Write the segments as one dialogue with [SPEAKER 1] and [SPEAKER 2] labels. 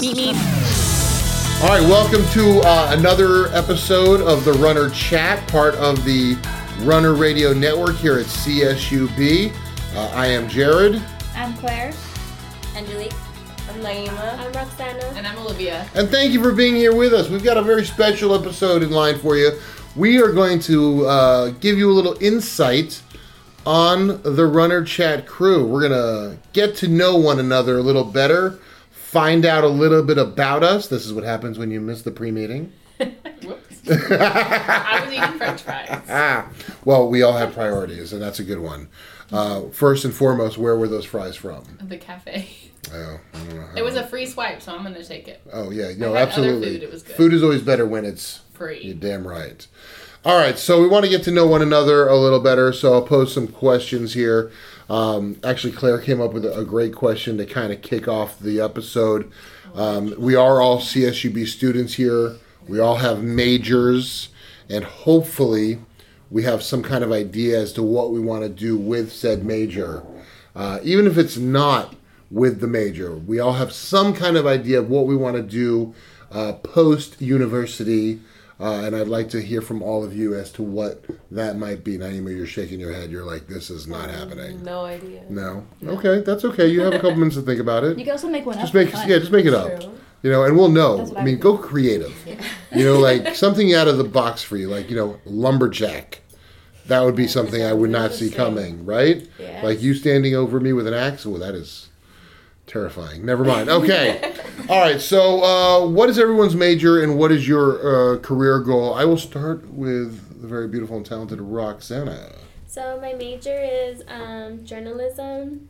[SPEAKER 1] Meet me.
[SPEAKER 2] All right, welcome to uh, another episode of the Runner Chat, part of the Runner Radio Network here at CSUB. Uh, I am Jared,
[SPEAKER 3] I'm Claire.
[SPEAKER 1] Angelique.
[SPEAKER 4] I'm Naima.
[SPEAKER 5] I'm Roxana.
[SPEAKER 6] And I'm Olivia.
[SPEAKER 2] and thank you for being here with us. We've got a very special episode in line for you. We are going to uh, give you a little insight on the Runner Chat crew. We're going to get to know one another a little better, find out a little bit about us. This is what happens when you miss the pre meeting.
[SPEAKER 6] Whoops. I was eating french fries.
[SPEAKER 2] Ah, well, we all have priorities, and that's a good one. Uh, first and foremost, where were those fries from?
[SPEAKER 6] At the cafe.
[SPEAKER 2] Oh, I don't know.
[SPEAKER 6] It was a free swipe, so I'm going to take it
[SPEAKER 2] Oh yeah, no,
[SPEAKER 6] I had other
[SPEAKER 2] absolutely.
[SPEAKER 6] food, it was good.
[SPEAKER 2] is always better when it's You're
[SPEAKER 6] free.
[SPEAKER 2] damn right. All right, so we want to get to know one another a little better, so I'll pose some questions here. Um, actually, Claire came up with a, a great question to kind of kick off the episode. Um, we are all CSUB students here, we all have majors, and hopefully, we have some kind of idea as to what we want to do with said major. Uh, even if it's not with the major, we all have some kind of idea of what we want to do uh, post university. Uh, and I'd like to hear from all of you as to what that might be. Naima, you're shaking your head. You're like, this is not happening.
[SPEAKER 4] No idea.
[SPEAKER 2] No. Okay, that's okay. You have a couple minutes to think about it.
[SPEAKER 3] You can also make one
[SPEAKER 2] Just
[SPEAKER 3] up.
[SPEAKER 2] make, yeah, just make it up. You know, and we'll know.
[SPEAKER 3] That's what
[SPEAKER 2] I
[SPEAKER 3] I
[SPEAKER 2] mean,
[SPEAKER 3] would
[SPEAKER 2] go creative. You know, like something out of the box for you, like you know, lumberjack. That would be something I would not see coming, right?
[SPEAKER 4] Yeah.
[SPEAKER 2] Like you standing over me with an axe. Well, that is terrifying. Never mind. Okay. All right. So, uh, what is everyone's major and what is your uh, career goal? I will start with the very beautiful and talented Roxana.
[SPEAKER 5] So my major is um, journalism,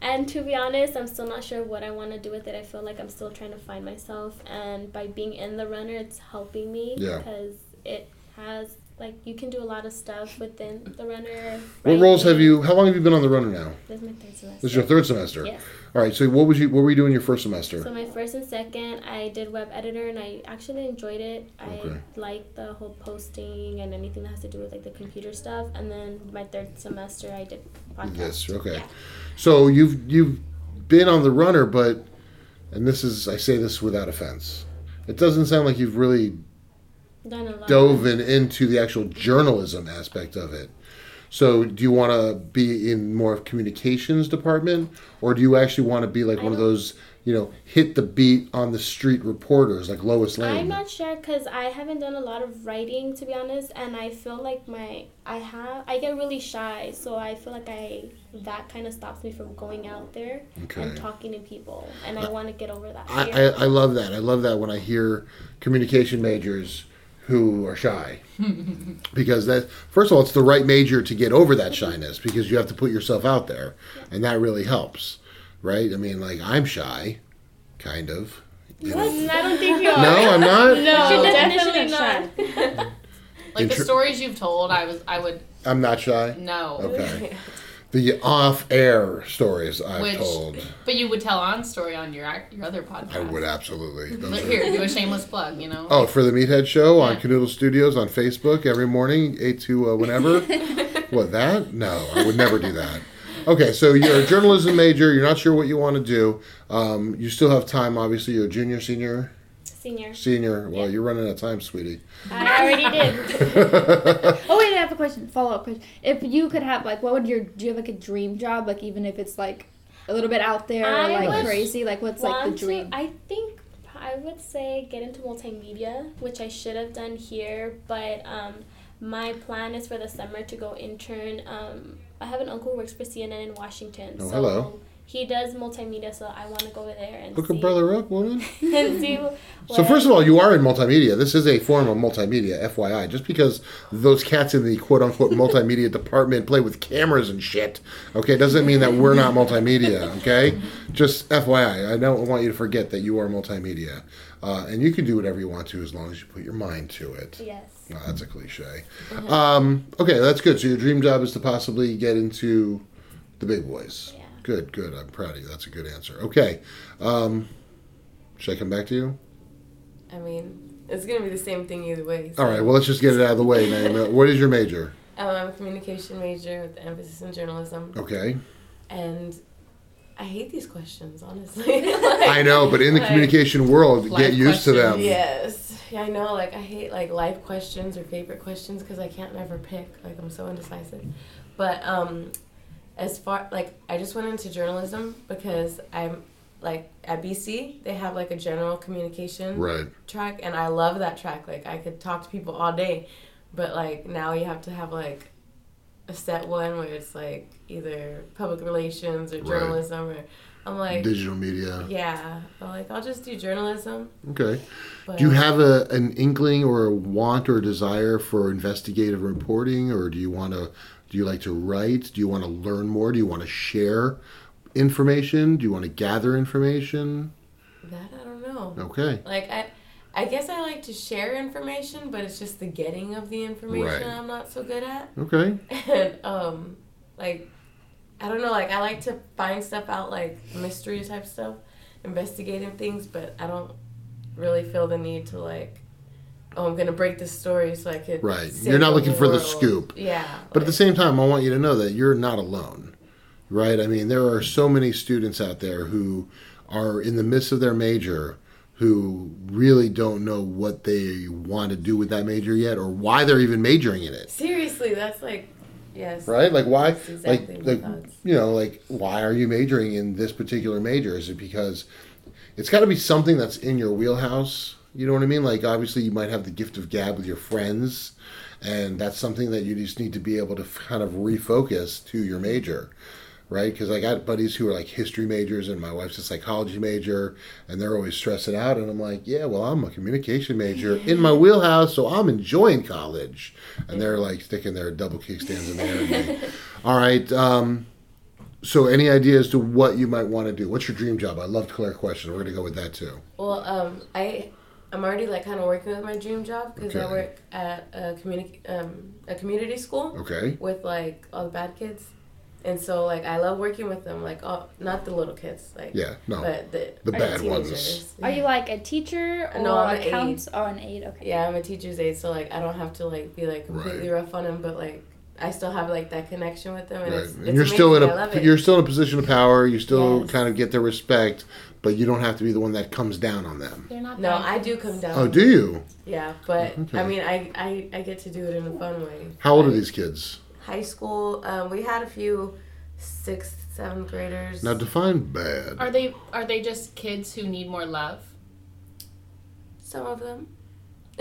[SPEAKER 5] and to be honest, I'm still not sure what I want to do with it. I feel like I'm still trying to find myself, and by being in the runner, it's helping me
[SPEAKER 2] Yeah.
[SPEAKER 5] because it has like you can do a lot of stuff within the runner.
[SPEAKER 2] What
[SPEAKER 5] right?
[SPEAKER 2] roles have you? How long have you been on the runner now?
[SPEAKER 5] This is my third semester.
[SPEAKER 2] This is your third semester.
[SPEAKER 5] Yes.
[SPEAKER 2] All right. So, what was you? What were you doing your first semester?
[SPEAKER 5] So my first and second, I did web editor, and I actually enjoyed it.
[SPEAKER 2] Okay.
[SPEAKER 5] I liked the whole posting and anything that has to do with like the computer stuff. And then my third semester, I did podcast.
[SPEAKER 2] Yes. Okay. So you've you've been on the runner, but and this is I say this without offense. It doesn't sound like you've really
[SPEAKER 5] Done a lot.
[SPEAKER 2] dove in, into the actual journalism aspect of it. So do you want to be in more of communications department, or do you actually want to be like one of those you know hit the beat on the street reporters like Lois Lane?
[SPEAKER 5] I'm not sure because I haven't done a lot of writing to be honest, and I feel like my I have I get really shy, so I feel like I that kind of stops me from going out there
[SPEAKER 2] Okay. Uh,
[SPEAKER 5] and talking to people, and I want to get over that.
[SPEAKER 2] I,
[SPEAKER 5] fear.
[SPEAKER 2] I, I love that. I love that when I hear communication majors who are shy. because that first of all, it's the right major to get over that shyness because you have to put yourself out there and that really helps. Right? I mean like I'm shy, kind of. You know.
[SPEAKER 3] I don't think you
[SPEAKER 2] No, I'm not.
[SPEAKER 3] No,
[SPEAKER 5] definitely
[SPEAKER 3] definitely
[SPEAKER 5] not.
[SPEAKER 3] not.
[SPEAKER 6] Like the
[SPEAKER 2] Intro-
[SPEAKER 6] stories you've told, I was I would
[SPEAKER 2] I'm not shy.
[SPEAKER 6] know.
[SPEAKER 2] Okay. The off air stories I've
[SPEAKER 6] Which-
[SPEAKER 2] told.
[SPEAKER 6] But you would tell on story on your ac- your other podcast.
[SPEAKER 2] I would absolutely. Those
[SPEAKER 6] Look
[SPEAKER 2] are-
[SPEAKER 6] here, do a shameless plug, you know.
[SPEAKER 2] Oh, for the Meathead Show on
[SPEAKER 6] Yeah.
[SPEAKER 2] Canoodle Studios on Facebook every morning, 8 to uh, whenever. what, that? No, I would never do that. Okay, so you're a journalism major. You're not sure what you want to do. Um, you still have time, obviously. You're a junior, senior,
[SPEAKER 5] Senior,
[SPEAKER 2] senior. Well, you're running out of time, sweetie.
[SPEAKER 5] I already did.
[SPEAKER 3] Oh wait, I have a question. Follow up question. If you could have like, what would your do you have like a dream job? Like even if it's like a little bit out there or
[SPEAKER 5] I
[SPEAKER 3] like
[SPEAKER 2] would
[SPEAKER 3] crazy, like what's like the
[SPEAKER 5] Want to-
[SPEAKER 3] dream?
[SPEAKER 5] I think I would say get into multimedia, which I should have done here, but um, my plan is for the summer to go intern. Um, I have an uncle who works for CNN in Washington.
[SPEAKER 2] Oh, hello.
[SPEAKER 5] He does multimedia, so I want to go there and
[SPEAKER 2] Look
[SPEAKER 5] see,
[SPEAKER 2] a brother up, woman.
[SPEAKER 5] and see what
[SPEAKER 2] So first of all, you are in multimedia. This is a form of multimedia, FYI. Just because those cats in the quote unquote multimedia department play with cameras and shit, okay, doesn't mean that we're not multimedia, okay? Just FYI, I don't want you to forget that you are multimedia, uh, and you can do whatever you want to as long as you put your mind to it.
[SPEAKER 5] yes,
[SPEAKER 2] No, that's a cliche. Um, okay, that's good. So your dream job is to possibly get into the big boys.
[SPEAKER 5] Yeah.
[SPEAKER 2] Good, good. I'm proud of you. That's a good answer. Okay. Um, should I come back to you?
[SPEAKER 4] I mean, it's gonna be the same thing either way. so-
[SPEAKER 2] Oh. All right, well, let's just get it out of the way, man. What is your major?
[SPEAKER 6] Um, I'm a communication major with emphasis in journalism,
[SPEAKER 2] Okay.
[SPEAKER 6] and I hate these questions, honestly. Like-
[SPEAKER 2] I know, but in the
[SPEAKER 6] Like,
[SPEAKER 2] communication world, get
[SPEAKER 4] life
[SPEAKER 2] used to them.
[SPEAKER 4] questions,
[SPEAKER 6] Yes, yeah, I know. Like I hate like life questions or favorite questions because I can't never pick. Like I'm so indecisive. But um, as far like I just went into journalism because I'm like at BC they have like a general communication
[SPEAKER 2] Right.
[SPEAKER 6] track and I love that track. Like I could talk to people all day, but like now you have to have like a set one where it's like either public relations or
[SPEAKER 2] Right.
[SPEAKER 6] journalism or I'm like
[SPEAKER 2] Digital media.
[SPEAKER 6] yeah, I'm like I'll just do journalism.
[SPEAKER 2] Okay.
[SPEAKER 6] But
[SPEAKER 2] Do you have a, an inkling or a want or a desire for investigative reporting, or do you want to? Do you like to write? Do you want to learn more? Do you want to share information? Do you want to gather information?
[SPEAKER 6] that I don't know.
[SPEAKER 2] Okay.
[SPEAKER 6] Like I, I guess I like to share information, but it's just the getting of the information
[SPEAKER 2] Right.
[SPEAKER 6] I'm not so good at.
[SPEAKER 2] Okay.
[SPEAKER 6] And um, like, I don't know. Like I like to find stuff out, like mystery type stuff, investigative things. But I don't really feel the need to like, oh, I'm gonna break this story so I could.
[SPEAKER 2] Right.
[SPEAKER 6] save
[SPEAKER 2] You're not looking for the
[SPEAKER 6] world.
[SPEAKER 2] scoop.
[SPEAKER 6] Yeah.
[SPEAKER 2] But at the
[SPEAKER 6] like-
[SPEAKER 2] same time, I want you to know that you're not alone, right? I mean, there are so many students out there who are in the midst of their major who really don't know what they want to do with that major yet or why they're even majoring in it.
[SPEAKER 6] seriously, that's like, yes.
[SPEAKER 2] Right? Like why
[SPEAKER 6] That's exactly
[SPEAKER 2] like
[SPEAKER 6] my
[SPEAKER 2] like
[SPEAKER 6] thoughts.
[SPEAKER 2] you know, like why are you majoring in this particular major? Is it because it's got to be something that's in your wheelhouse. You know what I mean? Like, obviously, you might have the gift of gab with your friends, and that's something that you just need to be able to f- kind of refocus to your major, right? Because I got buddies who are like history majors, and my wife's a psychology major, and they're always stressing out. And I'm like, yeah, well, I'm a communication major in my wheelhouse, so I'm enjoying college. And they're like sticking their double kickstands in there. And like, All right. Um, so, any idea as to what you might want to do? What's your dream job? I loved Claire's question. We're going to go with that too.
[SPEAKER 6] Well, um, I I'm already like kind of working with my dream job because I
[SPEAKER 2] Okay.
[SPEAKER 6] work at a community um, a community school
[SPEAKER 2] Okay.
[SPEAKER 6] with like all the bad kids, and so like I love working with them. Like all not the little kids, like
[SPEAKER 2] Yeah. No.
[SPEAKER 6] but the
[SPEAKER 2] The
[SPEAKER 6] the
[SPEAKER 2] bad ones.
[SPEAKER 6] teenagers.
[SPEAKER 3] Are you like a teacher or
[SPEAKER 6] No, I'm
[SPEAKER 3] a
[SPEAKER 6] an
[SPEAKER 3] count or an aide? Okay.
[SPEAKER 6] Yeah, I'm a teacher's aide, so like I don't have to like be like completely rough on them, but like I still have like that connection with them, and
[SPEAKER 2] Right.
[SPEAKER 6] it's,
[SPEAKER 2] And
[SPEAKER 6] it's
[SPEAKER 2] you're still in
[SPEAKER 6] amazing. I love
[SPEAKER 2] a
[SPEAKER 6] it.
[SPEAKER 2] you're still in a position of power. You still
[SPEAKER 6] Yes.
[SPEAKER 2] kind of get their respect, but you don't have to be the one that comes down on them.
[SPEAKER 4] They're not.
[SPEAKER 6] no,
[SPEAKER 4] bad
[SPEAKER 6] I do
[SPEAKER 4] kids.
[SPEAKER 6] come down.
[SPEAKER 2] Oh, do you?
[SPEAKER 6] Yeah, but
[SPEAKER 2] Okay.
[SPEAKER 6] I mean, I, I I get to do it in a fun way.
[SPEAKER 2] How old are
[SPEAKER 6] Like,
[SPEAKER 2] these kids?
[SPEAKER 6] high school. Um, we had a few sixth, seventh graders.
[SPEAKER 2] Now define bad.
[SPEAKER 4] Are they are they just kids who need more love?
[SPEAKER 6] Some of them.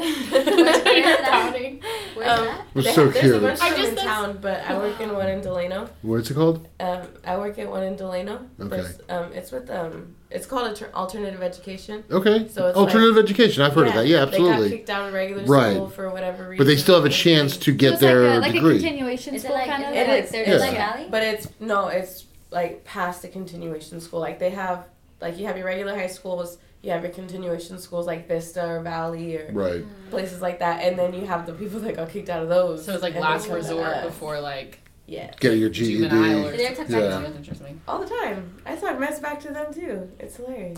[SPEAKER 4] Where's
[SPEAKER 6] Um,
[SPEAKER 4] that?
[SPEAKER 2] It was
[SPEAKER 6] They-
[SPEAKER 2] so
[SPEAKER 6] there's a
[SPEAKER 2] cute.
[SPEAKER 6] bunch of
[SPEAKER 4] I
[SPEAKER 6] them
[SPEAKER 4] just-
[SPEAKER 6] in
[SPEAKER 4] that's-
[SPEAKER 6] town, but I work in one in Delano.
[SPEAKER 2] What's it called?
[SPEAKER 6] Um, I work at one in Delano.
[SPEAKER 2] Okay.
[SPEAKER 6] There's, um, it's with um, it's called alter- alternative education.
[SPEAKER 2] Okay.
[SPEAKER 6] So it's
[SPEAKER 2] Alternative education. I've heard of that. Yeah,
[SPEAKER 6] They got
[SPEAKER 2] absolutely.
[SPEAKER 6] kicked out of regular
[SPEAKER 2] Right.
[SPEAKER 6] school for whatever reason.
[SPEAKER 2] But they still have a chance to
[SPEAKER 3] So
[SPEAKER 2] get
[SPEAKER 3] it's
[SPEAKER 2] their
[SPEAKER 3] like a, like a
[SPEAKER 2] degree.
[SPEAKER 3] continuation
[SPEAKER 1] Is it
[SPEAKER 3] school
[SPEAKER 1] like,
[SPEAKER 3] kind of.
[SPEAKER 1] is it
[SPEAKER 6] It
[SPEAKER 1] like
[SPEAKER 6] is,
[SPEAKER 1] their
[SPEAKER 2] yeah.
[SPEAKER 1] Death Valley?
[SPEAKER 6] But it's no, it's like past the continuation school. Like they have, like you have your regular high schools, you have your continuation schools like Vista or Valley or
[SPEAKER 2] right.
[SPEAKER 6] places like that, and then you have the people that got kicked out of those.
[SPEAKER 4] So it's like
[SPEAKER 6] and
[SPEAKER 4] last
[SPEAKER 6] they come to
[SPEAKER 4] resort
[SPEAKER 6] us.
[SPEAKER 4] before like
[SPEAKER 6] Yeah,
[SPEAKER 2] Get your
[SPEAKER 4] juvenile
[SPEAKER 2] GED.
[SPEAKER 4] or
[SPEAKER 1] They're
[SPEAKER 4] something.
[SPEAKER 2] E Yeah.
[SPEAKER 4] That's interesting.
[SPEAKER 6] all the time. I talk mess back to them too. It's hilarious,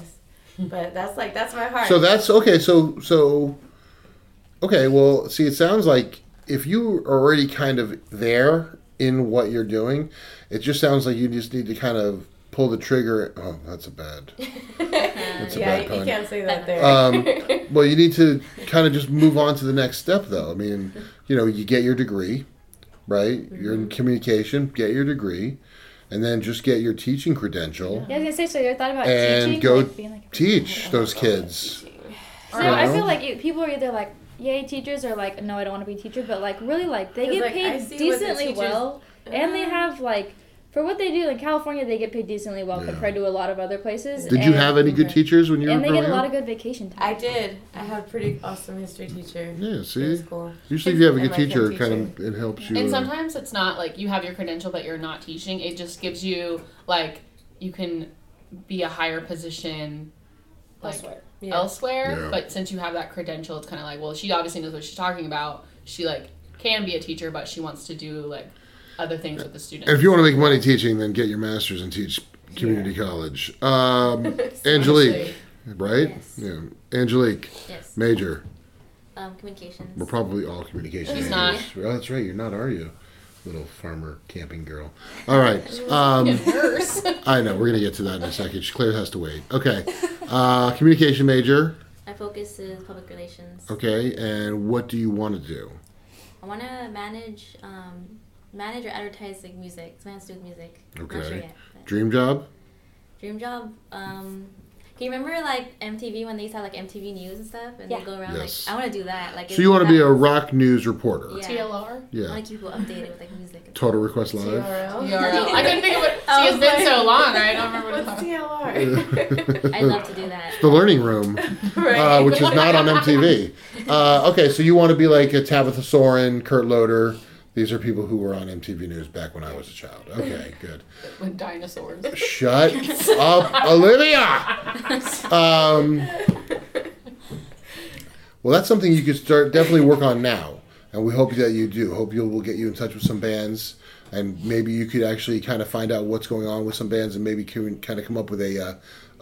[SPEAKER 6] but that's like that's my heart.
[SPEAKER 2] So that's okay. So so okay. Well, see, it sounds like if you are already kind of there in what you're doing, it just sounds like you just need to kind of pull the trigger. Oh, that's a bad. a
[SPEAKER 6] yeah,
[SPEAKER 2] bad
[SPEAKER 6] you,
[SPEAKER 2] pun.
[SPEAKER 6] you can't say that there.
[SPEAKER 2] Um, Well, you need to kind of just move on to the next step, though. I mean, you know, you get your degree, right? You're
[SPEAKER 3] Mm-hmm.
[SPEAKER 2] in communication. Get your degree, and then just get your teaching credential.
[SPEAKER 3] Yeah, I was gonna say. So you ever thought about
[SPEAKER 2] And
[SPEAKER 3] teaching?
[SPEAKER 2] go
[SPEAKER 3] like, being like, a-
[SPEAKER 2] Teach those kids.
[SPEAKER 3] So
[SPEAKER 2] you
[SPEAKER 3] I
[SPEAKER 2] know?
[SPEAKER 3] feel like it, people are either like, "Yay, teachers!" or like, "No, I don't want to be a teacher." But like, really, like they
[SPEAKER 6] 'Cause,
[SPEAKER 3] get
[SPEAKER 6] like, I
[SPEAKER 3] paid
[SPEAKER 6] see what the
[SPEAKER 3] decently
[SPEAKER 6] teachers-
[SPEAKER 3] well, and they
[SPEAKER 6] Mm.
[SPEAKER 3] have like for what they do in California, they get paid decently well
[SPEAKER 2] Yeah.
[SPEAKER 3] compared to a lot of other places.
[SPEAKER 2] Did
[SPEAKER 3] and,
[SPEAKER 2] you have any good
[SPEAKER 6] Okay.
[SPEAKER 2] teachers when you were
[SPEAKER 3] And they
[SPEAKER 2] growing
[SPEAKER 3] get a lot
[SPEAKER 2] up?
[SPEAKER 3] of good vacation time.
[SPEAKER 6] I did. I had a pretty awesome history teacher.
[SPEAKER 2] Yeah.
[SPEAKER 6] in
[SPEAKER 2] See,
[SPEAKER 6] school.
[SPEAKER 2] usually if you have a
[SPEAKER 6] And
[SPEAKER 2] good
[SPEAKER 6] my head
[SPEAKER 2] teacher, it kind of it helps you.
[SPEAKER 4] And
[SPEAKER 2] uh,
[SPEAKER 4] sometimes it's not like you have your credential but you're not teaching. It just gives you like you can be a higher position like elsewhere.
[SPEAKER 6] Yeah.
[SPEAKER 2] Yeah.
[SPEAKER 4] But since you have that credential, it's kind of like well, she obviously knows what she's talking about. She like can be a teacher, but she wants to do like other things with the students.
[SPEAKER 2] And if you want to make money teaching, then get your master's and teach community college. Um, Angelique, right?
[SPEAKER 1] Yes.
[SPEAKER 2] Yeah. Angelique,
[SPEAKER 1] Yes.
[SPEAKER 2] major.
[SPEAKER 1] Um, communications.
[SPEAKER 2] We're probably all communication majors.
[SPEAKER 4] She's not.
[SPEAKER 2] Well, that's right. You're not, are you? little farmer camping girl. All right. Um,
[SPEAKER 4] Nurse.
[SPEAKER 2] I know. We're going to get to that in a second. She- Claire has to wait. Okay. Uh, communication major.
[SPEAKER 1] I focus in public relations.
[SPEAKER 2] Okay. And what do you want to do?
[SPEAKER 1] I want to manage, um, manage or advertise like music. Something has to do with music. Not sure
[SPEAKER 2] Okay.
[SPEAKER 1] yet. but-
[SPEAKER 2] Dream job?
[SPEAKER 1] Dream job. Um, can you remember like MTV when they used to have like MTV News and stuff, and
[SPEAKER 5] Yeah.
[SPEAKER 1] they go around
[SPEAKER 2] Yes.
[SPEAKER 1] like I want to do that. Like
[SPEAKER 2] So you want to be a
[SPEAKER 1] that-
[SPEAKER 2] rock news reporter?
[SPEAKER 1] Yeah.
[SPEAKER 4] TLR.
[SPEAKER 1] I
[SPEAKER 2] Yeah.
[SPEAKER 1] want to keep people updated with like music. And
[SPEAKER 2] Total Request Live?
[SPEAKER 6] TRL.
[SPEAKER 4] TRL. I couldn't think of what.
[SPEAKER 6] Oh. I
[SPEAKER 4] See, it's
[SPEAKER 6] was
[SPEAKER 4] been so
[SPEAKER 6] like-
[SPEAKER 4] long. I don't remember what
[SPEAKER 6] What's
[SPEAKER 4] the
[SPEAKER 6] TLR?
[SPEAKER 1] I'd love to do that.
[SPEAKER 2] The Learning Room,
[SPEAKER 6] right.
[SPEAKER 2] uh, which is not on MTV. Uh, okay, so you want to be like a Tabitha Soren, Kurt Loder. These are people who were on MTV News back when I was a child. Okay, good.
[SPEAKER 4] with dinosaurs.
[SPEAKER 2] Shut up, Olivia. Um, well, that's something you could start definitely work on now, and we hope that you do. Hope you will get you in touch with some bands, and maybe you could actually kind of find out what's going on with some bands, and maybe can kind of come up with a uh,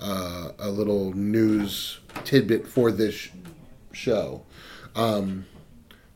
[SPEAKER 2] uh, a little news tidbit for this sh- show. Um,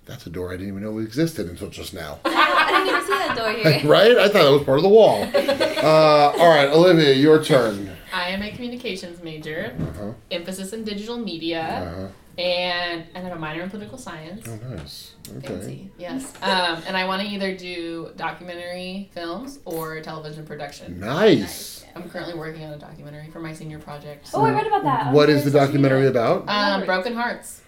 [SPEAKER 2] that's a door I didn't even know existed until just now
[SPEAKER 1] I didn't even see that door here.
[SPEAKER 2] right? I thought that was part of the wall. Uh, all right, Olivia, your turn.
[SPEAKER 4] I am a communications major,
[SPEAKER 2] Uh-huh.
[SPEAKER 4] emphasis in digital media,
[SPEAKER 2] Uh,
[SPEAKER 4] and I have a minor in political science.
[SPEAKER 2] oh, nice. Okay.
[SPEAKER 4] Fancy, yes. Um, and I want to either do documentary films or television
[SPEAKER 2] Mm.
[SPEAKER 4] production.
[SPEAKER 2] Nice.
[SPEAKER 4] I'm currently working on a documentary for my senior project.
[SPEAKER 3] Oh, I read about that. on
[SPEAKER 2] What is the
[SPEAKER 3] social
[SPEAKER 2] documentary
[SPEAKER 3] media.
[SPEAKER 2] about?
[SPEAKER 4] Um, Broken Hearts.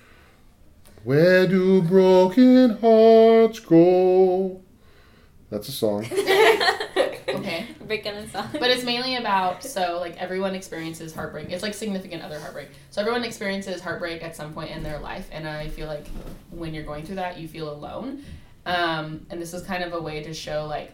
[SPEAKER 2] Where do broken hearts go? That's a song.
[SPEAKER 4] Okay.
[SPEAKER 1] Break down the song.
[SPEAKER 4] But it's mainly about so like everyone experiences heartbreak. It's like significant other heartbreak. So everyone experiences heartbreak at some point in their life, and I feel like when you're going through that, you feel alone. Um, and this is kind of a way to show like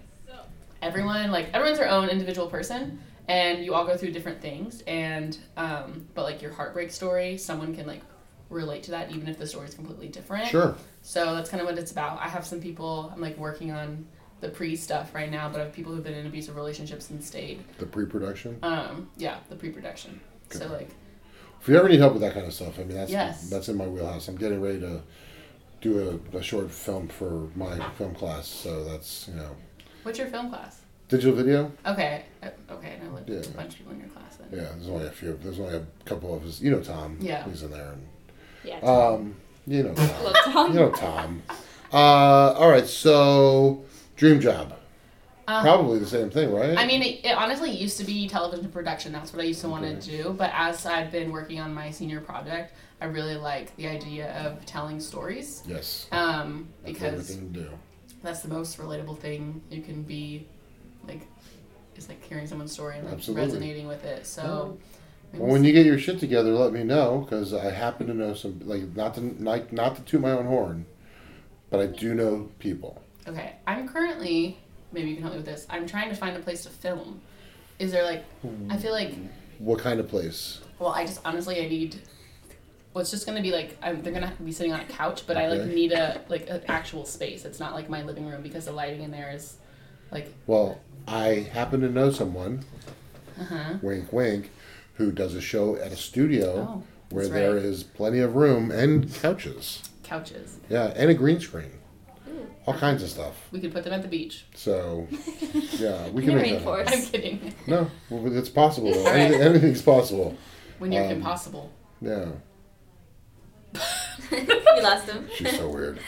[SPEAKER 4] everyone, like everyone's their own individual person, and you all go through different things. And um, but like your heartbreak story, someone can like relate to that, even if the story is completely different.
[SPEAKER 2] Sure.
[SPEAKER 4] So that's kind of what it's about. I have some people I'm like working on the pre stuff right now, but I have people who've been in abusive relationships and stayed.
[SPEAKER 2] The pre-production.
[SPEAKER 4] Um, yeah, the pre-production. So like,
[SPEAKER 2] If you ever need help with that kind of stuff, I mean that's
[SPEAKER 4] Yes.
[SPEAKER 2] that's in my wheelhouse. I'm getting ready to do a, a short film for my film class, so that's you know
[SPEAKER 4] what's your film class?
[SPEAKER 2] digital video.
[SPEAKER 4] Okay, uh, okay, I know like, a
[SPEAKER 2] Yeah.
[SPEAKER 4] bunch of people in your class then.
[SPEAKER 2] Yeah, there's only a few. There's only a couple of us. You know Tom.
[SPEAKER 4] Yeah.
[SPEAKER 2] He's in there. And,
[SPEAKER 5] Yeah,
[SPEAKER 2] Um, you know Tom. You know Tom. Uh, all right, so dream job.
[SPEAKER 4] Um,
[SPEAKER 2] Probably the same thing, right?
[SPEAKER 4] I mean, it, it honestly used to be television production. That's what I used to want to do. But as I've been working on my senior project, I really like the idea of telling stories.
[SPEAKER 2] yes.
[SPEAKER 4] Um,
[SPEAKER 2] That's
[SPEAKER 4] because
[SPEAKER 2] everything to do.
[SPEAKER 4] that's the most relatable thing you can be like is like hearing someone's story and like
[SPEAKER 2] Absolutely.
[SPEAKER 4] resonating with it so I mean,
[SPEAKER 2] Well, when you get your shit together, let me know because I happen to know some. Like not to like not to toot my own horn, but I do know people.
[SPEAKER 4] okay i'm currently maybe you can help me with this i'm trying to find a place to film is there like i feel like
[SPEAKER 2] What kind of place?
[SPEAKER 4] well i just honestly i need well it's just gonna be like I'm, they're gonna have to be sitting on a couch but i like
[SPEAKER 2] Okay.
[SPEAKER 4] need a like an actual space it's not like my living room because the lighting in there is like
[SPEAKER 2] Well, I happen to know someone.
[SPEAKER 4] uh-huh
[SPEAKER 2] Wink, wink. Who does a show at a studio
[SPEAKER 4] Oh,
[SPEAKER 2] where
[SPEAKER 4] that's
[SPEAKER 2] there
[SPEAKER 4] right.
[SPEAKER 2] is plenty of room and couches?
[SPEAKER 4] couches
[SPEAKER 2] Yeah, and a green screen. All kinds of stuff.
[SPEAKER 4] we could put them at the beach
[SPEAKER 2] So, yeah, we can
[SPEAKER 1] the
[SPEAKER 2] make that happen.
[SPEAKER 4] i'm kidding
[SPEAKER 2] No, well, it's possible. Though.
[SPEAKER 4] Alright.
[SPEAKER 2] Anything, anything's possible.
[SPEAKER 4] when you're
[SPEAKER 2] Um,
[SPEAKER 4] impossible
[SPEAKER 2] Yeah,
[SPEAKER 1] you lost him.
[SPEAKER 2] she's so weird.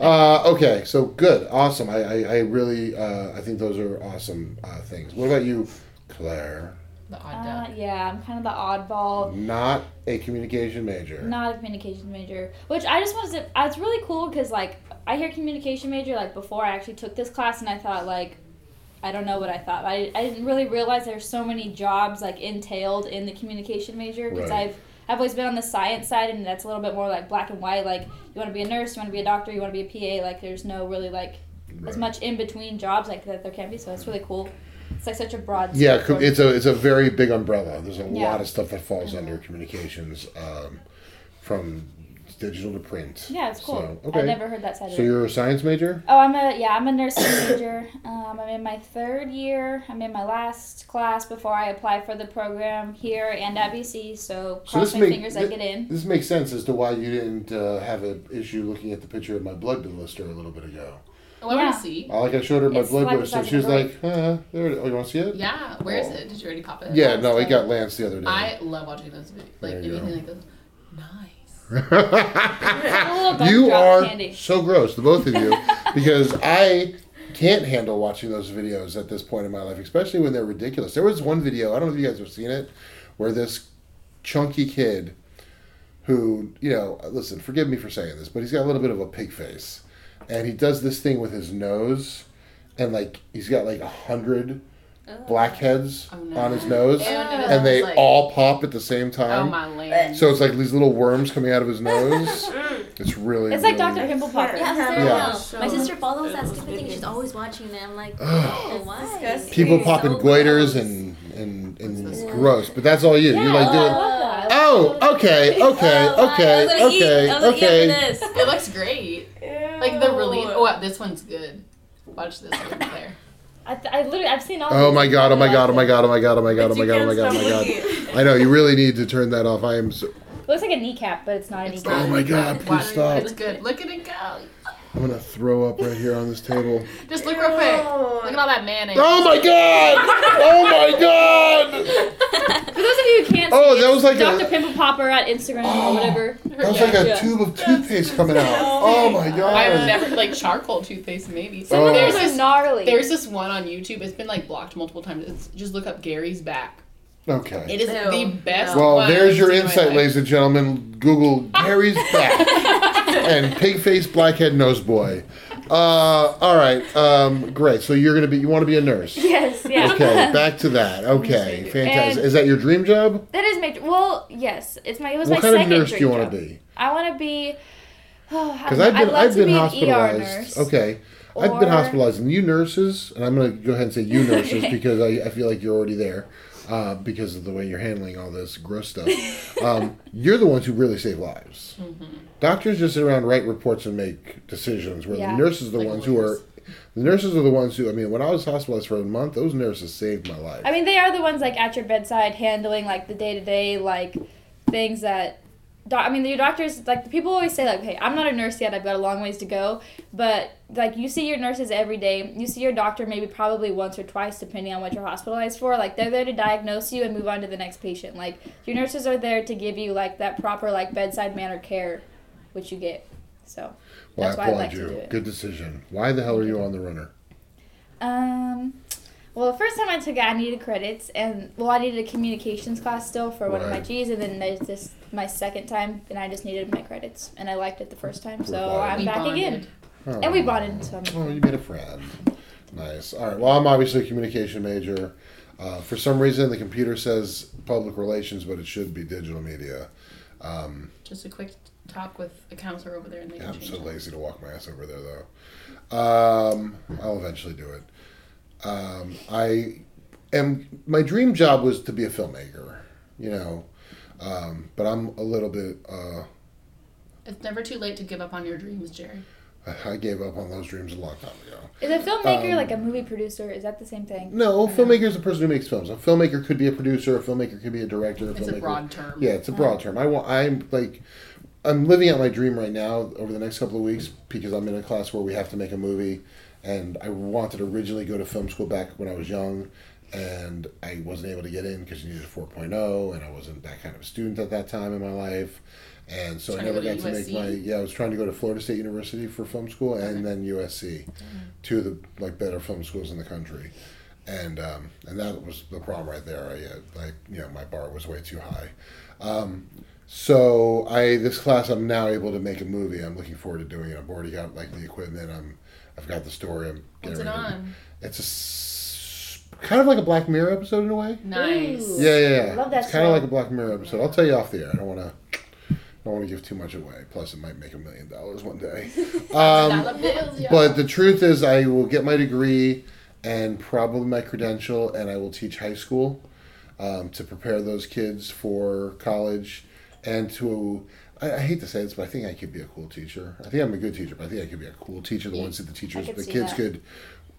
[SPEAKER 2] Uh, okay, so good, awesome. I, I, I really, uh, I think those are awesome uh, things. What about you, Claire?
[SPEAKER 4] the odd duck
[SPEAKER 3] Uh, yeah, I'm kind of the oddball.
[SPEAKER 2] Not a communication major.
[SPEAKER 3] not a communications major which i just wanted to uh, it's really cool because like i hear communication major like before i actually took this class and i thought like i don't know what i thought i, I didn't really realize there's so many jobs like entailed in the communication major because
[SPEAKER 2] Right.
[SPEAKER 3] i've i've always been on the science side and that's a little bit more like black and white like you want to be a nurse you want to be a doctor you want to be a pa like there's no really like as
[SPEAKER 2] Right.
[SPEAKER 3] much in between jobs like that there can be so that's really cool it's like such a broad
[SPEAKER 2] Yeah, co-
[SPEAKER 3] spectrum.
[SPEAKER 2] it's a it's a very big umbrella. There's a
[SPEAKER 3] Yeah.
[SPEAKER 2] lot of stuff that falls under communications, um, from digital to print.
[SPEAKER 3] yeah it's cool
[SPEAKER 2] So, okay.
[SPEAKER 3] i never heard that side of
[SPEAKER 2] so
[SPEAKER 3] it
[SPEAKER 2] you're a science major.
[SPEAKER 3] Oh, I'm a yeah, I'm a nursing major. Um, I'm in my third year. I'm in my last class before I apply for the program here and at BC. So
[SPEAKER 2] So
[SPEAKER 3] cross
[SPEAKER 2] this
[SPEAKER 3] my
[SPEAKER 2] make-
[SPEAKER 3] fingers I
[SPEAKER 2] thi-
[SPEAKER 3] get in.
[SPEAKER 2] This makes sense as to why you didn't uh, have an issue looking at the picture of my blood blister a little bit ago.
[SPEAKER 4] Oh, I
[SPEAKER 3] Yeah.
[SPEAKER 4] want to see.
[SPEAKER 2] I like I showed her my
[SPEAKER 3] It's
[SPEAKER 2] blood
[SPEAKER 3] like
[SPEAKER 2] work, so
[SPEAKER 3] beside
[SPEAKER 2] she was
[SPEAKER 3] the
[SPEAKER 2] like, uh, there it is. Oh, you want to see it?
[SPEAKER 4] Yeah, where is
[SPEAKER 2] Oh.
[SPEAKER 4] it? Did you already pop it?
[SPEAKER 2] Yeah, no, it got Lance the other day.
[SPEAKER 4] I love watching those videos. Like
[SPEAKER 2] There you
[SPEAKER 4] anything
[SPEAKER 2] go.
[SPEAKER 4] like those. Nice.
[SPEAKER 3] little
[SPEAKER 2] you
[SPEAKER 3] gumdrop
[SPEAKER 2] are
[SPEAKER 3] candy.
[SPEAKER 2] so gross, the both of you, because I can't handle watching those videos at this point in my life, especially when they're ridiculous. There was one video, I don't know if you guys have seen it, where this chunky kid who, you know, listen, forgive me for saying this, but he's got a little bit of a pig face. And he does this thing with his nose, and like he's got like a hundred blackheads
[SPEAKER 4] Oh, no.
[SPEAKER 2] on his nose,
[SPEAKER 4] Ew, no, no,
[SPEAKER 2] and they
[SPEAKER 4] it's like-
[SPEAKER 2] all pop at the same
[SPEAKER 4] Oh
[SPEAKER 2] time.
[SPEAKER 4] my land.
[SPEAKER 2] So it's like these little worms coming out of his nose. It's really.
[SPEAKER 3] It's like
[SPEAKER 2] really-
[SPEAKER 3] Dr. Pimple Popper.
[SPEAKER 1] Yeah,
[SPEAKER 2] Yeah.
[SPEAKER 1] so My sister follows that stupid thing. She's always watching it. I'm like, oh, why?
[SPEAKER 7] disgusting.
[SPEAKER 2] People
[SPEAKER 1] It's
[SPEAKER 2] popping
[SPEAKER 1] so
[SPEAKER 2] goiters
[SPEAKER 1] gross.
[SPEAKER 2] and and and
[SPEAKER 4] What's
[SPEAKER 1] this?
[SPEAKER 2] gross, but Oh, that's all you. you like
[SPEAKER 3] I
[SPEAKER 2] doing.
[SPEAKER 3] love that. I love
[SPEAKER 2] Oh, okay, okay,
[SPEAKER 1] Oh, why? I
[SPEAKER 2] okay,
[SPEAKER 1] was gonna eat.
[SPEAKER 2] okay,
[SPEAKER 1] I was gonna eat after
[SPEAKER 2] okay.
[SPEAKER 1] this.
[SPEAKER 4] It looks great. Like the release. Oh, wow, this one's good. Watch this one there.
[SPEAKER 3] I, th- I literally, I've seen all.
[SPEAKER 2] Oh
[SPEAKER 3] these
[SPEAKER 2] my god! Oh my god! Oh my god! Oh my god! Oh my god! Oh
[SPEAKER 7] But
[SPEAKER 2] my
[SPEAKER 7] you
[SPEAKER 2] god! Oh my
[SPEAKER 7] can't
[SPEAKER 2] god! Oh
[SPEAKER 7] stop
[SPEAKER 2] my god!
[SPEAKER 7] looking.
[SPEAKER 2] I know you really need to turn that off. I am. So,
[SPEAKER 3] It looks like a kneecap, but it's not a
[SPEAKER 4] It's
[SPEAKER 3] kneecap.
[SPEAKER 2] oh my god!
[SPEAKER 4] Wow,
[SPEAKER 2] Please stop!
[SPEAKER 4] It's good. Look at it go.
[SPEAKER 2] I'm gonna throw up right here on this table.
[SPEAKER 4] Just look real quick. Look at all that mayonnaise.
[SPEAKER 2] Oh my god! Oh my god!
[SPEAKER 3] For those of you who can't
[SPEAKER 2] Oh,
[SPEAKER 3] see,
[SPEAKER 2] that was like a-
[SPEAKER 3] Dr. Pimple Popper at Instagram or whatever.
[SPEAKER 2] That was like a
[SPEAKER 3] Yeah.
[SPEAKER 2] tube of toothpaste coming out. Oh my god!
[SPEAKER 4] I've never like charcoal toothpaste maybe.
[SPEAKER 2] Oh.
[SPEAKER 4] there's
[SPEAKER 3] There's a
[SPEAKER 4] this
[SPEAKER 3] gnarly.
[SPEAKER 4] there's this one on YouTube. It's been like blocked multiple times. It's, just look up Gary's back.
[SPEAKER 2] Okay.
[SPEAKER 4] It is
[SPEAKER 7] Ew.
[SPEAKER 4] the
[SPEAKER 3] Um,
[SPEAKER 4] best.
[SPEAKER 2] Well,
[SPEAKER 4] one
[SPEAKER 2] there's your
[SPEAKER 4] I've seen in my
[SPEAKER 2] insight,
[SPEAKER 4] life.
[SPEAKER 2] ladies and gentlemen. Google Gary's back and pig face, blackhead, nose boy. Uh, all right, um, great. So you're gonna be, you want to be a nurse?
[SPEAKER 3] yes, yeah.
[SPEAKER 2] Okay, back to that. Okay, fantastic.
[SPEAKER 3] And-
[SPEAKER 2] Is that your dream job?
[SPEAKER 3] That is my well, yes. It's my it was
[SPEAKER 2] What
[SPEAKER 3] my
[SPEAKER 2] kind of
[SPEAKER 3] second
[SPEAKER 2] nurse do you
[SPEAKER 3] dream
[SPEAKER 2] want
[SPEAKER 3] job.
[SPEAKER 2] to be?
[SPEAKER 3] I want to be. Oh, I
[SPEAKER 2] Because
[SPEAKER 3] don't
[SPEAKER 2] I've
[SPEAKER 3] know.
[SPEAKER 2] been,
[SPEAKER 3] I'd love
[SPEAKER 2] I've
[SPEAKER 3] to
[SPEAKER 2] been
[SPEAKER 3] be an
[SPEAKER 2] hospitalized.
[SPEAKER 3] ER nurse.
[SPEAKER 2] Okay, I've been
[SPEAKER 3] Or-
[SPEAKER 2] hospitalized, and you nurses, and I'm gonna go ahead and say you nurses because I, I feel like you're already there. Uh, because of the way you're handling all this gross stuff, um, you're the ones who really save lives.
[SPEAKER 3] Mm-hmm.
[SPEAKER 2] Doctors just sit around, write reports, and make decisions. Where
[SPEAKER 3] Yeah.
[SPEAKER 2] the nurses are the
[SPEAKER 4] Like
[SPEAKER 2] ones who are,
[SPEAKER 4] lawyers.
[SPEAKER 2] the nurses are the ones who. I mean, when I was hospitalized for a month, those nurses saved my life.
[SPEAKER 3] I mean, they are the ones like at your bedside handling like the day to day like things that. Do- I mean, your doctors like people always say like, "Hey, I'm not a nurse yet. I've got a long ways to go." But like, you see your nurses every day. You see your doctor maybe probably once or twice, depending on what you're hospitalized for. Like, they're there to diagnose you and move on to the next patient. Like, your nurses are there to give you like that proper like bedside manner care, which you get. So
[SPEAKER 2] well, I
[SPEAKER 3] that's why I
[SPEAKER 2] applaud
[SPEAKER 3] like to
[SPEAKER 2] you.
[SPEAKER 3] do it.
[SPEAKER 2] Good decision. Why the hell are you on the runner?
[SPEAKER 3] Um, well, the first time I took it, I needed credits, and well, I needed a communications class still for one of my
[SPEAKER 2] Right.
[SPEAKER 3] G's, and then there's this my second time, and I just needed my credits, and I liked it the first time, so
[SPEAKER 2] Right.
[SPEAKER 3] I'm
[SPEAKER 4] We
[SPEAKER 3] back
[SPEAKER 4] bonded.
[SPEAKER 3] again, and we bonded. So
[SPEAKER 2] Oh, you
[SPEAKER 3] I'm,
[SPEAKER 2] made a friend. Nice. All right. Well, I'm obviously a communication major. Uh, for some reason, the computer says public relations, but it should be digital media. Um,
[SPEAKER 4] Just a quick talk with a counselor over there, and they
[SPEAKER 2] yeah,
[SPEAKER 4] can
[SPEAKER 2] I'm
[SPEAKER 4] change
[SPEAKER 2] so
[SPEAKER 4] it.
[SPEAKER 2] lazy to walk my ass over there, though. Um, I'll eventually do it. Um, I am. My dream job was to be a filmmaker. You know, um, but I'm a little bit. Uh,
[SPEAKER 4] It's never too late to give up on your dreams, Jerry.
[SPEAKER 2] I gave up on those dreams a long time ago.
[SPEAKER 3] is a filmmaker
[SPEAKER 2] Um,
[SPEAKER 3] like a movie producer? Is that the same thing?
[SPEAKER 2] No, filmmaker is the person who makes films. A filmmaker could be a producer. A filmmaker could be a director. A
[SPEAKER 4] It's
[SPEAKER 2] filmmaker.
[SPEAKER 4] a broad term.
[SPEAKER 2] Yeah, it's a broad term. I want. I'm like, I'm living out my dream right now over the next couple of weeks because I'm in a class where we have to make a movie, and I wanted to originally go to film school back when I was young, and I wasn't able to get in because you needed a 4.0, and I wasn't that kind of a student at that time in my life, and so I
[SPEAKER 4] Trying to
[SPEAKER 2] never
[SPEAKER 4] go
[SPEAKER 2] got
[SPEAKER 4] to
[SPEAKER 2] to make
[SPEAKER 4] USC?
[SPEAKER 2] my. Yeah, I was trying to go to Florida State University for film school, and then USC,
[SPEAKER 4] Mm-hmm.
[SPEAKER 2] two of the like better film schools in the country and um, and that was the problem right there. I, had, like you know, my bar was way too high. Um, so I this class, I'm now able to make a movie. I'm looking forward to doing it. I've already got like the equipment. I'm I've got the story. I'm
[SPEAKER 4] What's it
[SPEAKER 2] ready to-
[SPEAKER 4] on?
[SPEAKER 2] It's a s- kind of like a Black Mirror episode in a way.
[SPEAKER 4] Nice.
[SPEAKER 2] Yeah, yeah, yeah.
[SPEAKER 3] Love that
[SPEAKER 2] it's kind of
[SPEAKER 3] show.
[SPEAKER 2] like a Black Mirror episode. I'll tell you off the air. I don't want to. I don't want to give too much away. Plus, it might make a million dollars one day. Um,
[SPEAKER 4] Dollar bills, y'all.
[SPEAKER 2] but the truth is, I will get my degree and probably my credential, and I will teach high school um, to prepare those kids for college and to. I, I hate to say this, but I think I could be a cool teacher. I think I'm a good teacher, but I think I could be a cool teacher. The ones that the teachers,
[SPEAKER 3] could
[SPEAKER 2] the
[SPEAKER 3] see
[SPEAKER 2] kids
[SPEAKER 3] that.
[SPEAKER 2] could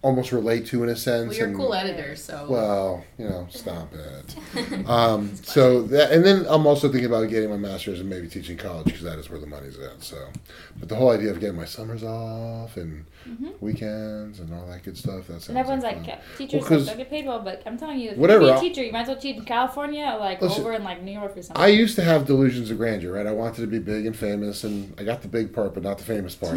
[SPEAKER 2] almost relate to in a sense.
[SPEAKER 4] Well, you're
[SPEAKER 2] and-
[SPEAKER 4] cool editors, so
[SPEAKER 2] Well, you know, stop it. Um, so that, and then I'm also thinking about getting my master's and maybe teaching college because that is where the money's at. So, but the whole idea of getting my summers off and weekends and all that good stuff. That sounds.
[SPEAKER 3] Mm-hmm. And everyone's
[SPEAKER 2] like
[SPEAKER 3] like,
[SPEAKER 2] fun.
[SPEAKER 3] teachers
[SPEAKER 2] Well, 'cause-
[SPEAKER 3] don't get paid well, but I'm telling you, if
[SPEAKER 2] Whatever,
[SPEAKER 3] you be
[SPEAKER 2] I'll-
[SPEAKER 3] a teacher, you might as well teach in California or like
[SPEAKER 2] Listen,
[SPEAKER 3] over in like New York or something.
[SPEAKER 2] I used to have delusions of grandeur, right? I wanted to be big and famous, and I got the big part, but not the famous part.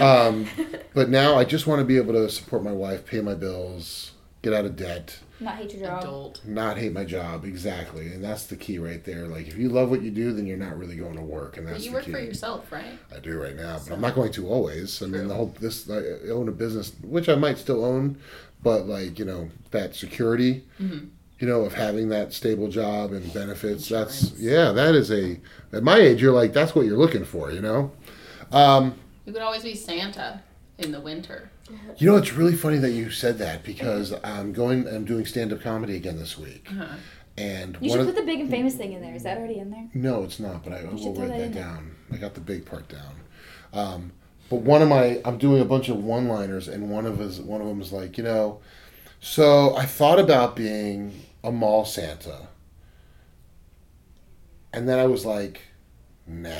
[SPEAKER 2] um, but now I just want to be able to support my wife, pay my bills, get out of debt.
[SPEAKER 3] Not hate your job.
[SPEAKER 4] adult.
[SPEAKER 2] not hate my job exactly and that's the key right there like if you love what you do then you're not really going to work and
[SPEAKER 4] But
[SPEAKER 2] that's
[SPEAKER 4] you
[SPEAKER 2] the
[SPEAKER 4] work
[SPEAKER 2] key
[SPEAKER 4] for yourself, right?
[SPEAKER 2] i do right now but i'm not going to always i mean
[SPEAKER 4] True.
[SPEAKER 2] the whole this i own a business which i might still own but like you know that security
[SPEAKER 4] Mm-hmm.
[SPEAKER 2] you know of having that stable job and benefits that's
[SPEAKER 4] Insurance.
[SPEAKER 2] yeah that is a at my age you're like that's what you're looking for you know um,
[SPEAKER 4] You could always be Santa in the winter.
[SPEAKER 2] you know it's really funny that you said that because i'm going i'm doing stand-up comedy again this week
[SPEAKER 4] Uh-huh.
[SPEAKER 2] and one
[SPEAKER 3] You should
[SPEAKER 2] of
[SPEAKER 3] put the big and famous thing in there. Is that already in there?
[SPEAKER 2] No, it's not. But I
[SPEAKER 3] should
[SPEAKER 2] will write
[SPEAKER 3] throw that
[SPEAKER 2] that
[SPEAKER 3] in there.
[SPEAKER 2] down. I got the big part down. Um, but one of my, I'm doing a bunch of one-liners, and one of us, one of them is like, you know, so I thought about being a mall Santa, and then I was like, nah.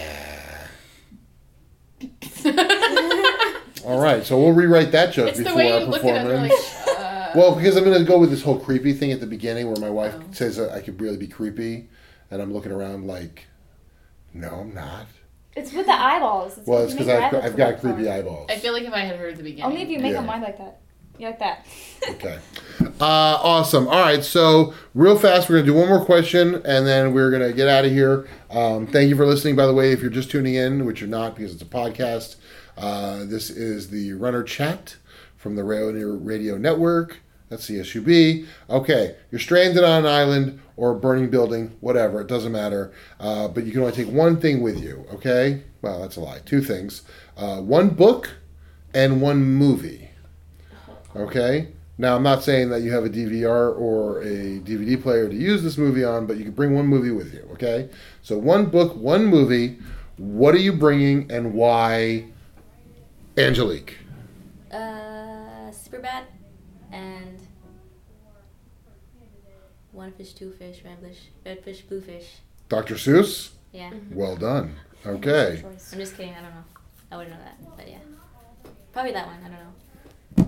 [SPEAKER 2] All right, so we'll rewrite that joke
[SPEAKER 4] It's the
[SPEAKER 2] before
[SPEAKER 4] way
[SPEAKER 2] our
[SPEAKER 4] you look at it. You're
[SPEAKER 2] performance.
[SPEAKER 4] like, uh, Oh.
[SPEAKER 2] Well, because I'm gonna go with this whole creepy thing at the beginning, where my wife says that I could really be creepy, and I'm looking around like, no, I'm not.
[SPEAKER 3] It's with the eyeballs. It's
[SPEAKER 2] Well,
[SPEAKER 3] what
[SPEAKER 2] it's
[SPEAKER 3] you
[SPEAKER 2] because
[SPEAKER 3] make your
[SPEAKER 2] I've,
[SPEAKER 3] eyelids
[SPEAKER 2] I've got
[SPEAKER 3] look like.
[SPEAKER 2] creepy eyeballs.
[SPEAKER 4] I feel like if I had heard at the beginning,
[SPEAKER 3] Only if you make
[SPEAKER 2] Yeah.
[SPEAKER 3] a mind like that. You like that.
[SPEAKER 2] Okay. Uh, awesome. All right. So, real fast, we're going to do one more question and then we're going to get out of here. Um, thank you for listening, by the way, if you're just tuning in, which you're not because it's a podcast. Uh, this is the Runner Chat from the Radio, Radio Network. That's CSUB. Okay. You're stranded on an island or a burning building, whatever. It doesn't matter. Uh, but you can only take one thing with you. Okay. Well, that's a lie. Two things uh, one book and one movie. Okay. Now I'm not saying that you have a DVR or a DVD player to use this movie on, but you can bring one movie with you. Okay. So one book, one movie. What are you bringing and why? Angelique.
[SPEAKER 1] Uh, Superbad and One Fish, Two Fish, Red Fish, Red Fish, Blue Fish.
[SPEAKER 2] Dr. Seuss.
[SPEAKER 1] Yeah.
[SPEAKER 2] Well done. Okay.
[SPEAKER 1] I'm just kidding. I don't know. I wouldn't know that, but yeah, probably that one. I don't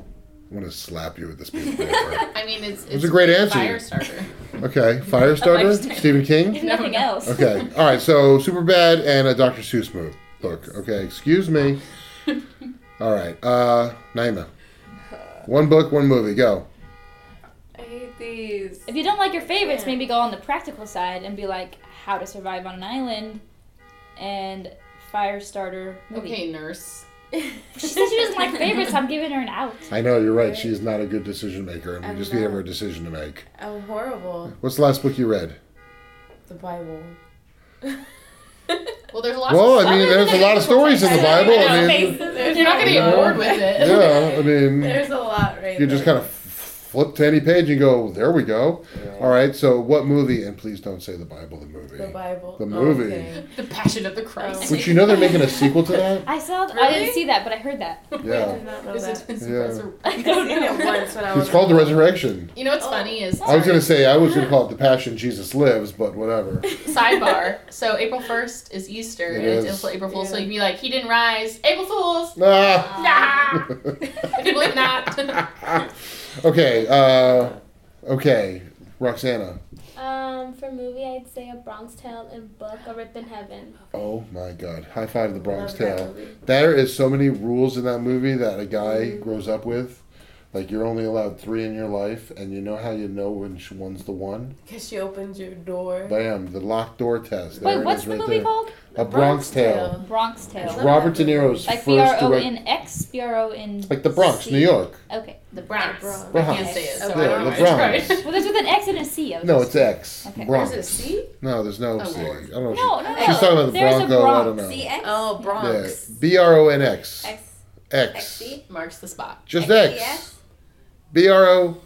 [SPEAKER 1] know.
[SPEAKER 2] I'm gonna slap you with this piece of paper.
[SPEAKER 4] I mean, it's
[SPEAKER 2] was a great answer.
[SPEAKER 4] Fire starter.
[SPEAKER 2] Okay. Firestarter.
[SPEAKER 4] Firestarter.
[SPEAKER 2] Stephen King.
[SPEAKER 3] If nothing else.
[SPEAKER 2] Okay. All right. So Superbad and a Dr. Seuss move book. Okay. Excuse me. All right. Uh, Naima. One book, one movie. Go.
[SPEAKER 6] I hate these.
[SPEAKER 3] If you don't like your favorites,
[SPEAKER 5] Yeah.
[SPEAKER 3] maybe go on the practical side and be like, how to survive on an island and Firestarter movie.
[SPEAKER 4] Okay, nurse.
[SPEAKER 3] She said she doesn't like favorites. I'm giving her an out.
[SPEAKER 2] I know you're right. She's not a good decision maker, and we
[SPEAKER 6] I'm
[SPEAKER 2] just gave
[SPEAKER 6] not.
[SPEAKER 2] her a decision to make.
[SPEAKER 6] I'm horrible.
[SPEAKER 2] What's the last book you read?
[SPEAKER 6] The Bible.
[SPEAKER 4] Well, there's a lot.
[SPEAKER 2] Well,
[SPEAKER 4] of
[SPEAKER 2] I mean, there's a lot of stories in the Bible. I mean,
[SPEAKER 6] There's
[SPEAKER 4] You're not gonna get
[SPEAKER 2] No.
[SPEAKER 4] bored with it.
[SPEAKER 2] yeah, I mean,
[SPEAKER 6] There's a lot right
[SPEAKER 2] you just kind of flip to any page and go, "There we go." All right. So, what movie? And please don't say the Bible. The movie.
[SPEAKER 6] The Bible.
[SPEAKER 2] The movie.
[SPEAKER 6] Okay.
[SPEAKER 4] The Passion of the Christ.
[SPEAKER 2] Which you know they're making a sequel to that.
[SPEAKER 3] I saw. I
[SPEAKER 4] Really?
[SPEAKER 3] didn't see that, but I heard that.
[SPEAKER 6] I
[SPEAKER 2] Yeah.
[SPEAKER 6] did not know
[SPEAKER 4] Is
[SPEAKER 6] that.
[SPEAKER 4] it- is it-
[SPEAKER 2] Yeah.
[SPEAKER 4] is it-
[SPEAKER 3] I
[SPEAKER 6] I've
[SPEAKER 3] don't
[SPEAKER 6] seen it
[SPEAKER 3] know.
[SPEAKER 6] once when I was.
[SPEAKER 2] It's called The Resurrection.
[SPEAKER 4] You know what's funny is
[SPEAKER 2] I was gonna say I was gonna call it The Passion Jesus Lives, but whatever.
[SPEAKER 4] sidebar. So April first is Easter
[SPEAKER 2] It
[SPEAKER 4] and it's
[SPEAKER 2] is.
[SPEAKER 4] April April Fools. So
[SPEAKER 6] Yeah. Um,
[SPEAKER 4] you'd be like, he didn't rise. April Fools.
[SPEAKER 2] Ah.
[SPEAKER 4] Nah. Can you believe not?
[SPEAKER 2] okay. Uh, okay. Roxana.
[SPEAKER 5] Um, for movie, I'd say A Bronx Tale and Book, A Rip in Heaven.
[SPEAKER 2] Oh my God! High five to the Bronx
[SPEAKER 6] Love that
[SPEAKER 2] Tale.
[SPEAKER 6] movie.
[SPEAKER 2] There is so many rules in that movie that a guy
[SPEAKER 3] Mm-hmm.
[SPEAKER 2] grows up with. Like you're only allowed three in your life, and you know how you know which one's the one.
[SPEAKER 6] Because she opened your door.
[SPEAKER 2] Bam! The locked door test. There
[SPEAKER 3] Wait,
[SPEAKER 2] it
[SPEAKER 3] what's
[SPEAKER 2] is
[SPEAKER 3] the
[SPEAKER 2] right
[SPEAKER 3] movie
[SPEAKER 2] there.
[SPEAKER 3] called?
[SPEAKER 2] A Bronx Tale.
[SPEAKER 3] Bronx
[SPEAKER 2] It's
[SPEAKER 3] Tale.
[SPEAKER 6] Bro-
[SPEAKER 2] Robert De Niro's
[SPEAKER 3] Like B R
[SPEAKER 2] first
[SPEAKER 3] O
[SPEAKER 2] direct.
[SPEAKER 3] N X, B R O N.
[SPEAKER 2] Like the Bronx,
[SPEAKER 3] C.
[SPEAKER 2] New York.
[SPEAKER 3] Okay.
[SPEAKER 4] The Bronx.
[SPEAKER 6] Bronx.
[SPEAKER 4] I can't say it. So I don't know.
[SPEAKER 2] Yeah,
[SPEAKER 4] I
[SPEAKER 2] the Bronx.
[SPEAKER 4] tried.
[SPEAKER 3] Well, there's with an X and a C. I was
[SPEAKER 2] No,
[SPEAKER 3] just-
[SPEAKER 2] it's X.
[SPEAKER 3] Okay.
[SPEAKER 2] Bronx.
[SPEAKER 6] Is it C?
[SPEAKER 2] No, there's no
[SPEAKER 4] Oh,
[SPEAKER 2] C. I
[SPEAKER 4] Lord.
[SPEAKER 2] don't know. if
[SPEAKER 3] No,
[SPEAKER 2] she-
[SPEAKER 3] no,
[SPEAKER 2] She's talking about the
[SPEAKER 3] There's a
[SPEAKER 2] Bronco. I don't know.
[SPEAKER 3] Bronx.
[SPEAKER 1] CX.
[SPEAKER 6] Oh,
[SPEAKER 2] Yeah.
[SPEAKER 6] Bronx.
[SPEAKER 2] B R O N X.
[SPEAKER 1] X.
[SPEAKER 2] X.
[SPEAKER 1] XC.
[SPEAKER 4] Marks the spot.
[SPEAKER 2] Just X. B R O.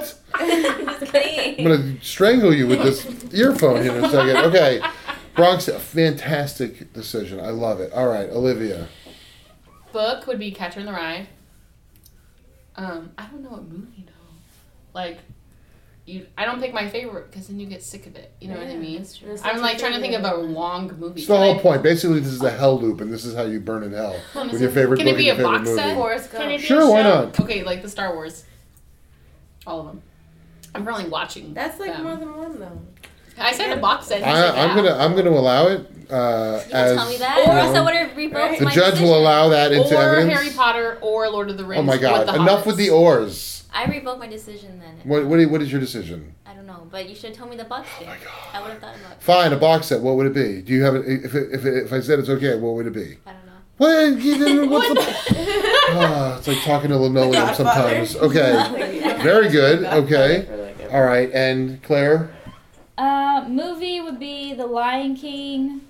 [SPEAKER 1] Just
[SPEAKER 2] I'm
[SPEAKER 1] kidding.
[SPEAKER 2] gonna strangle you with this earphone here in a second. Okay, Bronx, a fantastic decision. I love it. All right, Olivia.
[SPEAKER 4] Book would be Catcher in the Rye. Um, I don't know what movie though. Like, you, I don't pick my favorite because then you get sick of it. You know what I mean? I'm like trying to think of a long movie.
[SPEAKER 2] It's the
[SPEAKER 4] Can I-
[SPEAKER 2] whole point. Basically, this is a hell loop, and this is how you burn in hell with your favorite
[SPEAKER 4] Can
[SPEAKER 2] book
[SPEAKER 4] it
[SPEAKER 2] and
[SPEAKER 4] be
[SPEAKER 2] your
[SPEAKER 4] a
[SPEAKER 2] favorite
[SPEAKER 4] box
[SPEAKER 2] movie.
[SPEAKER 4] set?
[SPEAKER 6] Forrest Gump.
[SPEAKER 5] Can it be a
[SPEAKER 2] Sure, why
[SPEAKER 5] show?
[SPEAKER 2] not?
[SPEAKER 4] Okay, like the Star Wars. All of them. I'm currently watching.
[SPEAKER 6] That's like
[SPEAKER 4] them.
[SPEAKER 6] more than one though.
[SPEAKER 4] I said a box set. you said
[SPEAKER 2] I, I'm
[SPEAKER 4] that.
[SPEAKER 2] gonna I'm gonna allow it. Uh,
[SPEAKER 1] You
[SPEAKER 2] as
[SPEAKER 1] don't tell me that, or
[SPEAKER 2] you
[SPEAKER 1] else I
[SPEAKER 2] know,
[SPEAKER 1] would have revoked
[SPEAKER 2] the
[SPEAKER 1] my
[SPEAKER 2] judge
[SPEAKER 1] decision.
[SPEAKER 2] will allow that into
[SPEAKER 4] or
[SPEAKER 2] evidence.
[SPEAKER 4] Harry Potter or Lord of the Rings.
[SPEAKER 2] oh my God!
[SPEAKER 4] With the
[SPEAKER 2] Enough with
[SPEAKER 4] hobbits.
[SPEAKER 2] the oars.
[SPEAKER 1] I revoked my decision then.
[SPEAKER 2] What what, i- what is your decision?
[SPEAKER 1] I don't know, but you should have told me the box
[SPEAKER 2] Oh
[SPEAKER 1] thing. I would have thought about it.
[SPEAKER 2] Fine, a box set. What would it be? Do you have it? If it, if, it, if I said it's okay, what would it be?
[SPEAKER 1] I don't know.
[SPEAKER 2] What? You didn't- What's the? Ah, it's like talking to linoleum sometimes. Okay, very good. Okay, all right. And Claire,
[SPEAKER 3] Uh, movie would be The Lion King.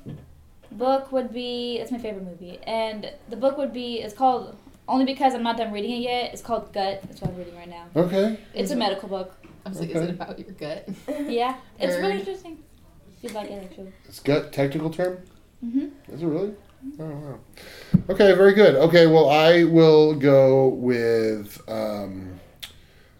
[SPEAKER 3] Book would be that's my favorite movie, and the book would be it's called only because I'm not done reading it yet. It's called Gut. That's what I'm reading right now.
[SPEAKER 2] okay.
[SPEAKER 3] It's a medical book.
[SPEAKER 4] I was like, is it about your gut?
[SPEAKER 3] Yeah, it's really
[SPEAKER 4] Nerd.
[SPEAKER 3] interesting. If you'd like it actually.
[SPEAKER 2] It's gut technical term.
[SPEAKER 3] Mhm.
[SPEAKER 2] Is it really? Oh wow. Okay, very good. Okay, well I will go with. Um,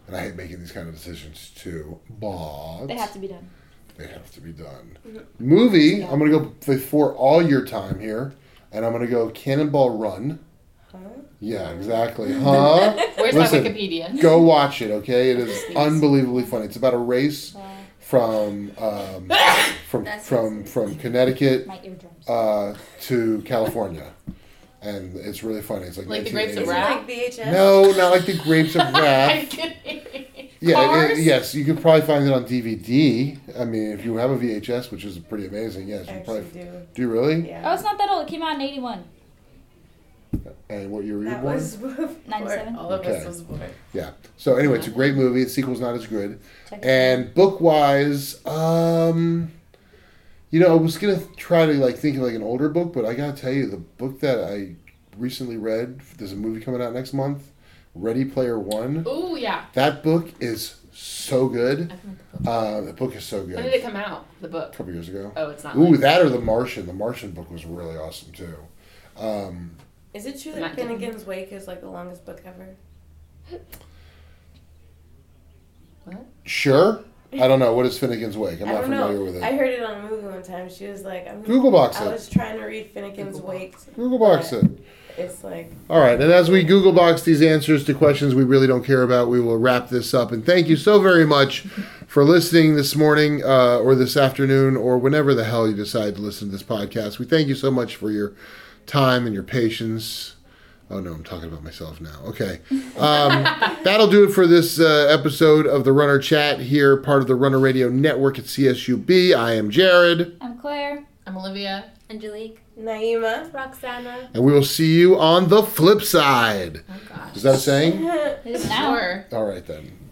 [SPEAKER 2] and I hate making these kind of decisions too, but
[SPEAKER 3] They have to Mm-hmm. be done.
[SPEAKER 2] they have to be done. Movie. I'm gonna go before all your time here, and I'm gonna go Cannonball Run. Yeah, exactly. Huh?
[SPEAKER 4] Where's
[SPEAKER 2] Listen.
[SPEAKER 4] my Wikipedia?
[SPEAKER 2] go watch it. Okay, it is unbelievably funny. It's about a race from um, from
[SPEAKER 1] That's
[SPEAKER 2] from from Connecticut
[SPEAKER 3] My eardrums.
[SPEAKER 2] uh, to California, and it's really funny. It's like,
[SPEAKER 4] Like the Grapes of
[SPEAKER 2] 1980s.
[SPEAKER 4] Wrath?
[SPEAKER 6] Like VHS.
[SPEAKER 2] No, not like the Grapes of
[SPEAKER 4] I'm
[SPEAKER 2] Wrath.
[SPEAKER 4] kidding.
[SPEAKER 2] yeah, it- it-
[SPEAKER 4] Cars?
[SPEAKER 2] yes, you could probably find it on DVD. I mean, if you have a VHS, which is pretty amazing. Yes,
[SPEAKER 6] I
[SPEAKER 2] you
[SPEAKER 6] actually
[SPEAKER 2] probably
[SPEAKER 6] do.
[SPEAKER 2] do. You really?
[SPEAKER 3] Oh,
[SPEAKER 6] Yeah.
[SPEAKER 3] it's not that old. It came out in '81.
[SPEAKER 2] And what year were you
[SPEAKER 6] That
[SPEAKER 2] born?
[SPEAKER 6] was before
[SPEAKER 3] 97.
[SPEAKER 6] all of
[SPEAKER 2] Okay.
[SPEAKER 6] us was born.
[SPEAKER 2] Yeah. So anyway, it's a great movie. The sequel's not as good.
[SPEAKER 3] Check it
[SPEAKER 2] And book wise, um, you know, I was gonna try to like think of like an older book, but I gotta tell you, the book that I recently read, there's a movie coming out next month, Ready Player One.
[SPEAKER 4] Ooh, yeah.
[SPEAKER 2] That book is so good.
[SPEAKER 4] I can look the book.
[SPEAKER 2] Uh, the book is so good.
[SPEAKER 4] When did it come out? The book.
[SPEAKER 2] a couple years ago.
[SPEAKER 4] Oh, it's not.
[SPEAKER 2] Ooh,
[SPEAKER 4] like-
[SPEAKER 2] that or The Martian. The Martian book was really awesome too. Um,
[SPEAKER 6] Is it true
[SPEAKER 4] Not
[SPEAKER 6] that
[SPEAKER 4] doing
[SPEAKER 6] Finnegan's Wake is like the longest book ever?
[SPEAKER 2] sure. I don't know what is Finnegan's Wake. I'm
[SPEAKER 6] I
[SPEAKER 2] not
[SPEAKER 6] don't
[SPEAKER 2] familiar
[SPEAKER 6] know.
[SPEAKER 2] with it.
[SPEAKER 6] I heard it on a movie one time. She was like, I'm,
[SPEAKER 2] Google box
[SPEAKER 6] I
[SPEAKER 2] it.
[SPEAKER 6] was trying to read Finnegan's Wake.
[SPEAKER 2] Google box it.
[SPEAKER 6] It's like
[SPEAKER 2] All right, and as we Google box these answers to questions we really don't care about, we will wrap this up. And thank you so very much for listening this morning uh, or this afternoon or whenever the hell you decide to listen to this podcast. We thank you so much for your time and your patience. Oh no, I'm talking about myself now. Okay. Um, that'll do it for this uh, episode of the Runner Chat here, part of the Runner Radio Network at CSUB. I am Jared,
[SPEAKER 3] I'm Claire.
[SPEAKER 4] I'm Olivia.
[SPEAKER 1] Angelique.
[SPEAKER 6] Naima.
[SPEAKER 5] Roxana.
[SPEAKER 2] and we will see you on the flip side.
[SPEAKER 4] Oh, God.
[SPEAKER 2] Is that a saying?
[SPEAKER 3] It is now.
[SPEAKER 4] Sure.
[SPEAKER 2] All right then.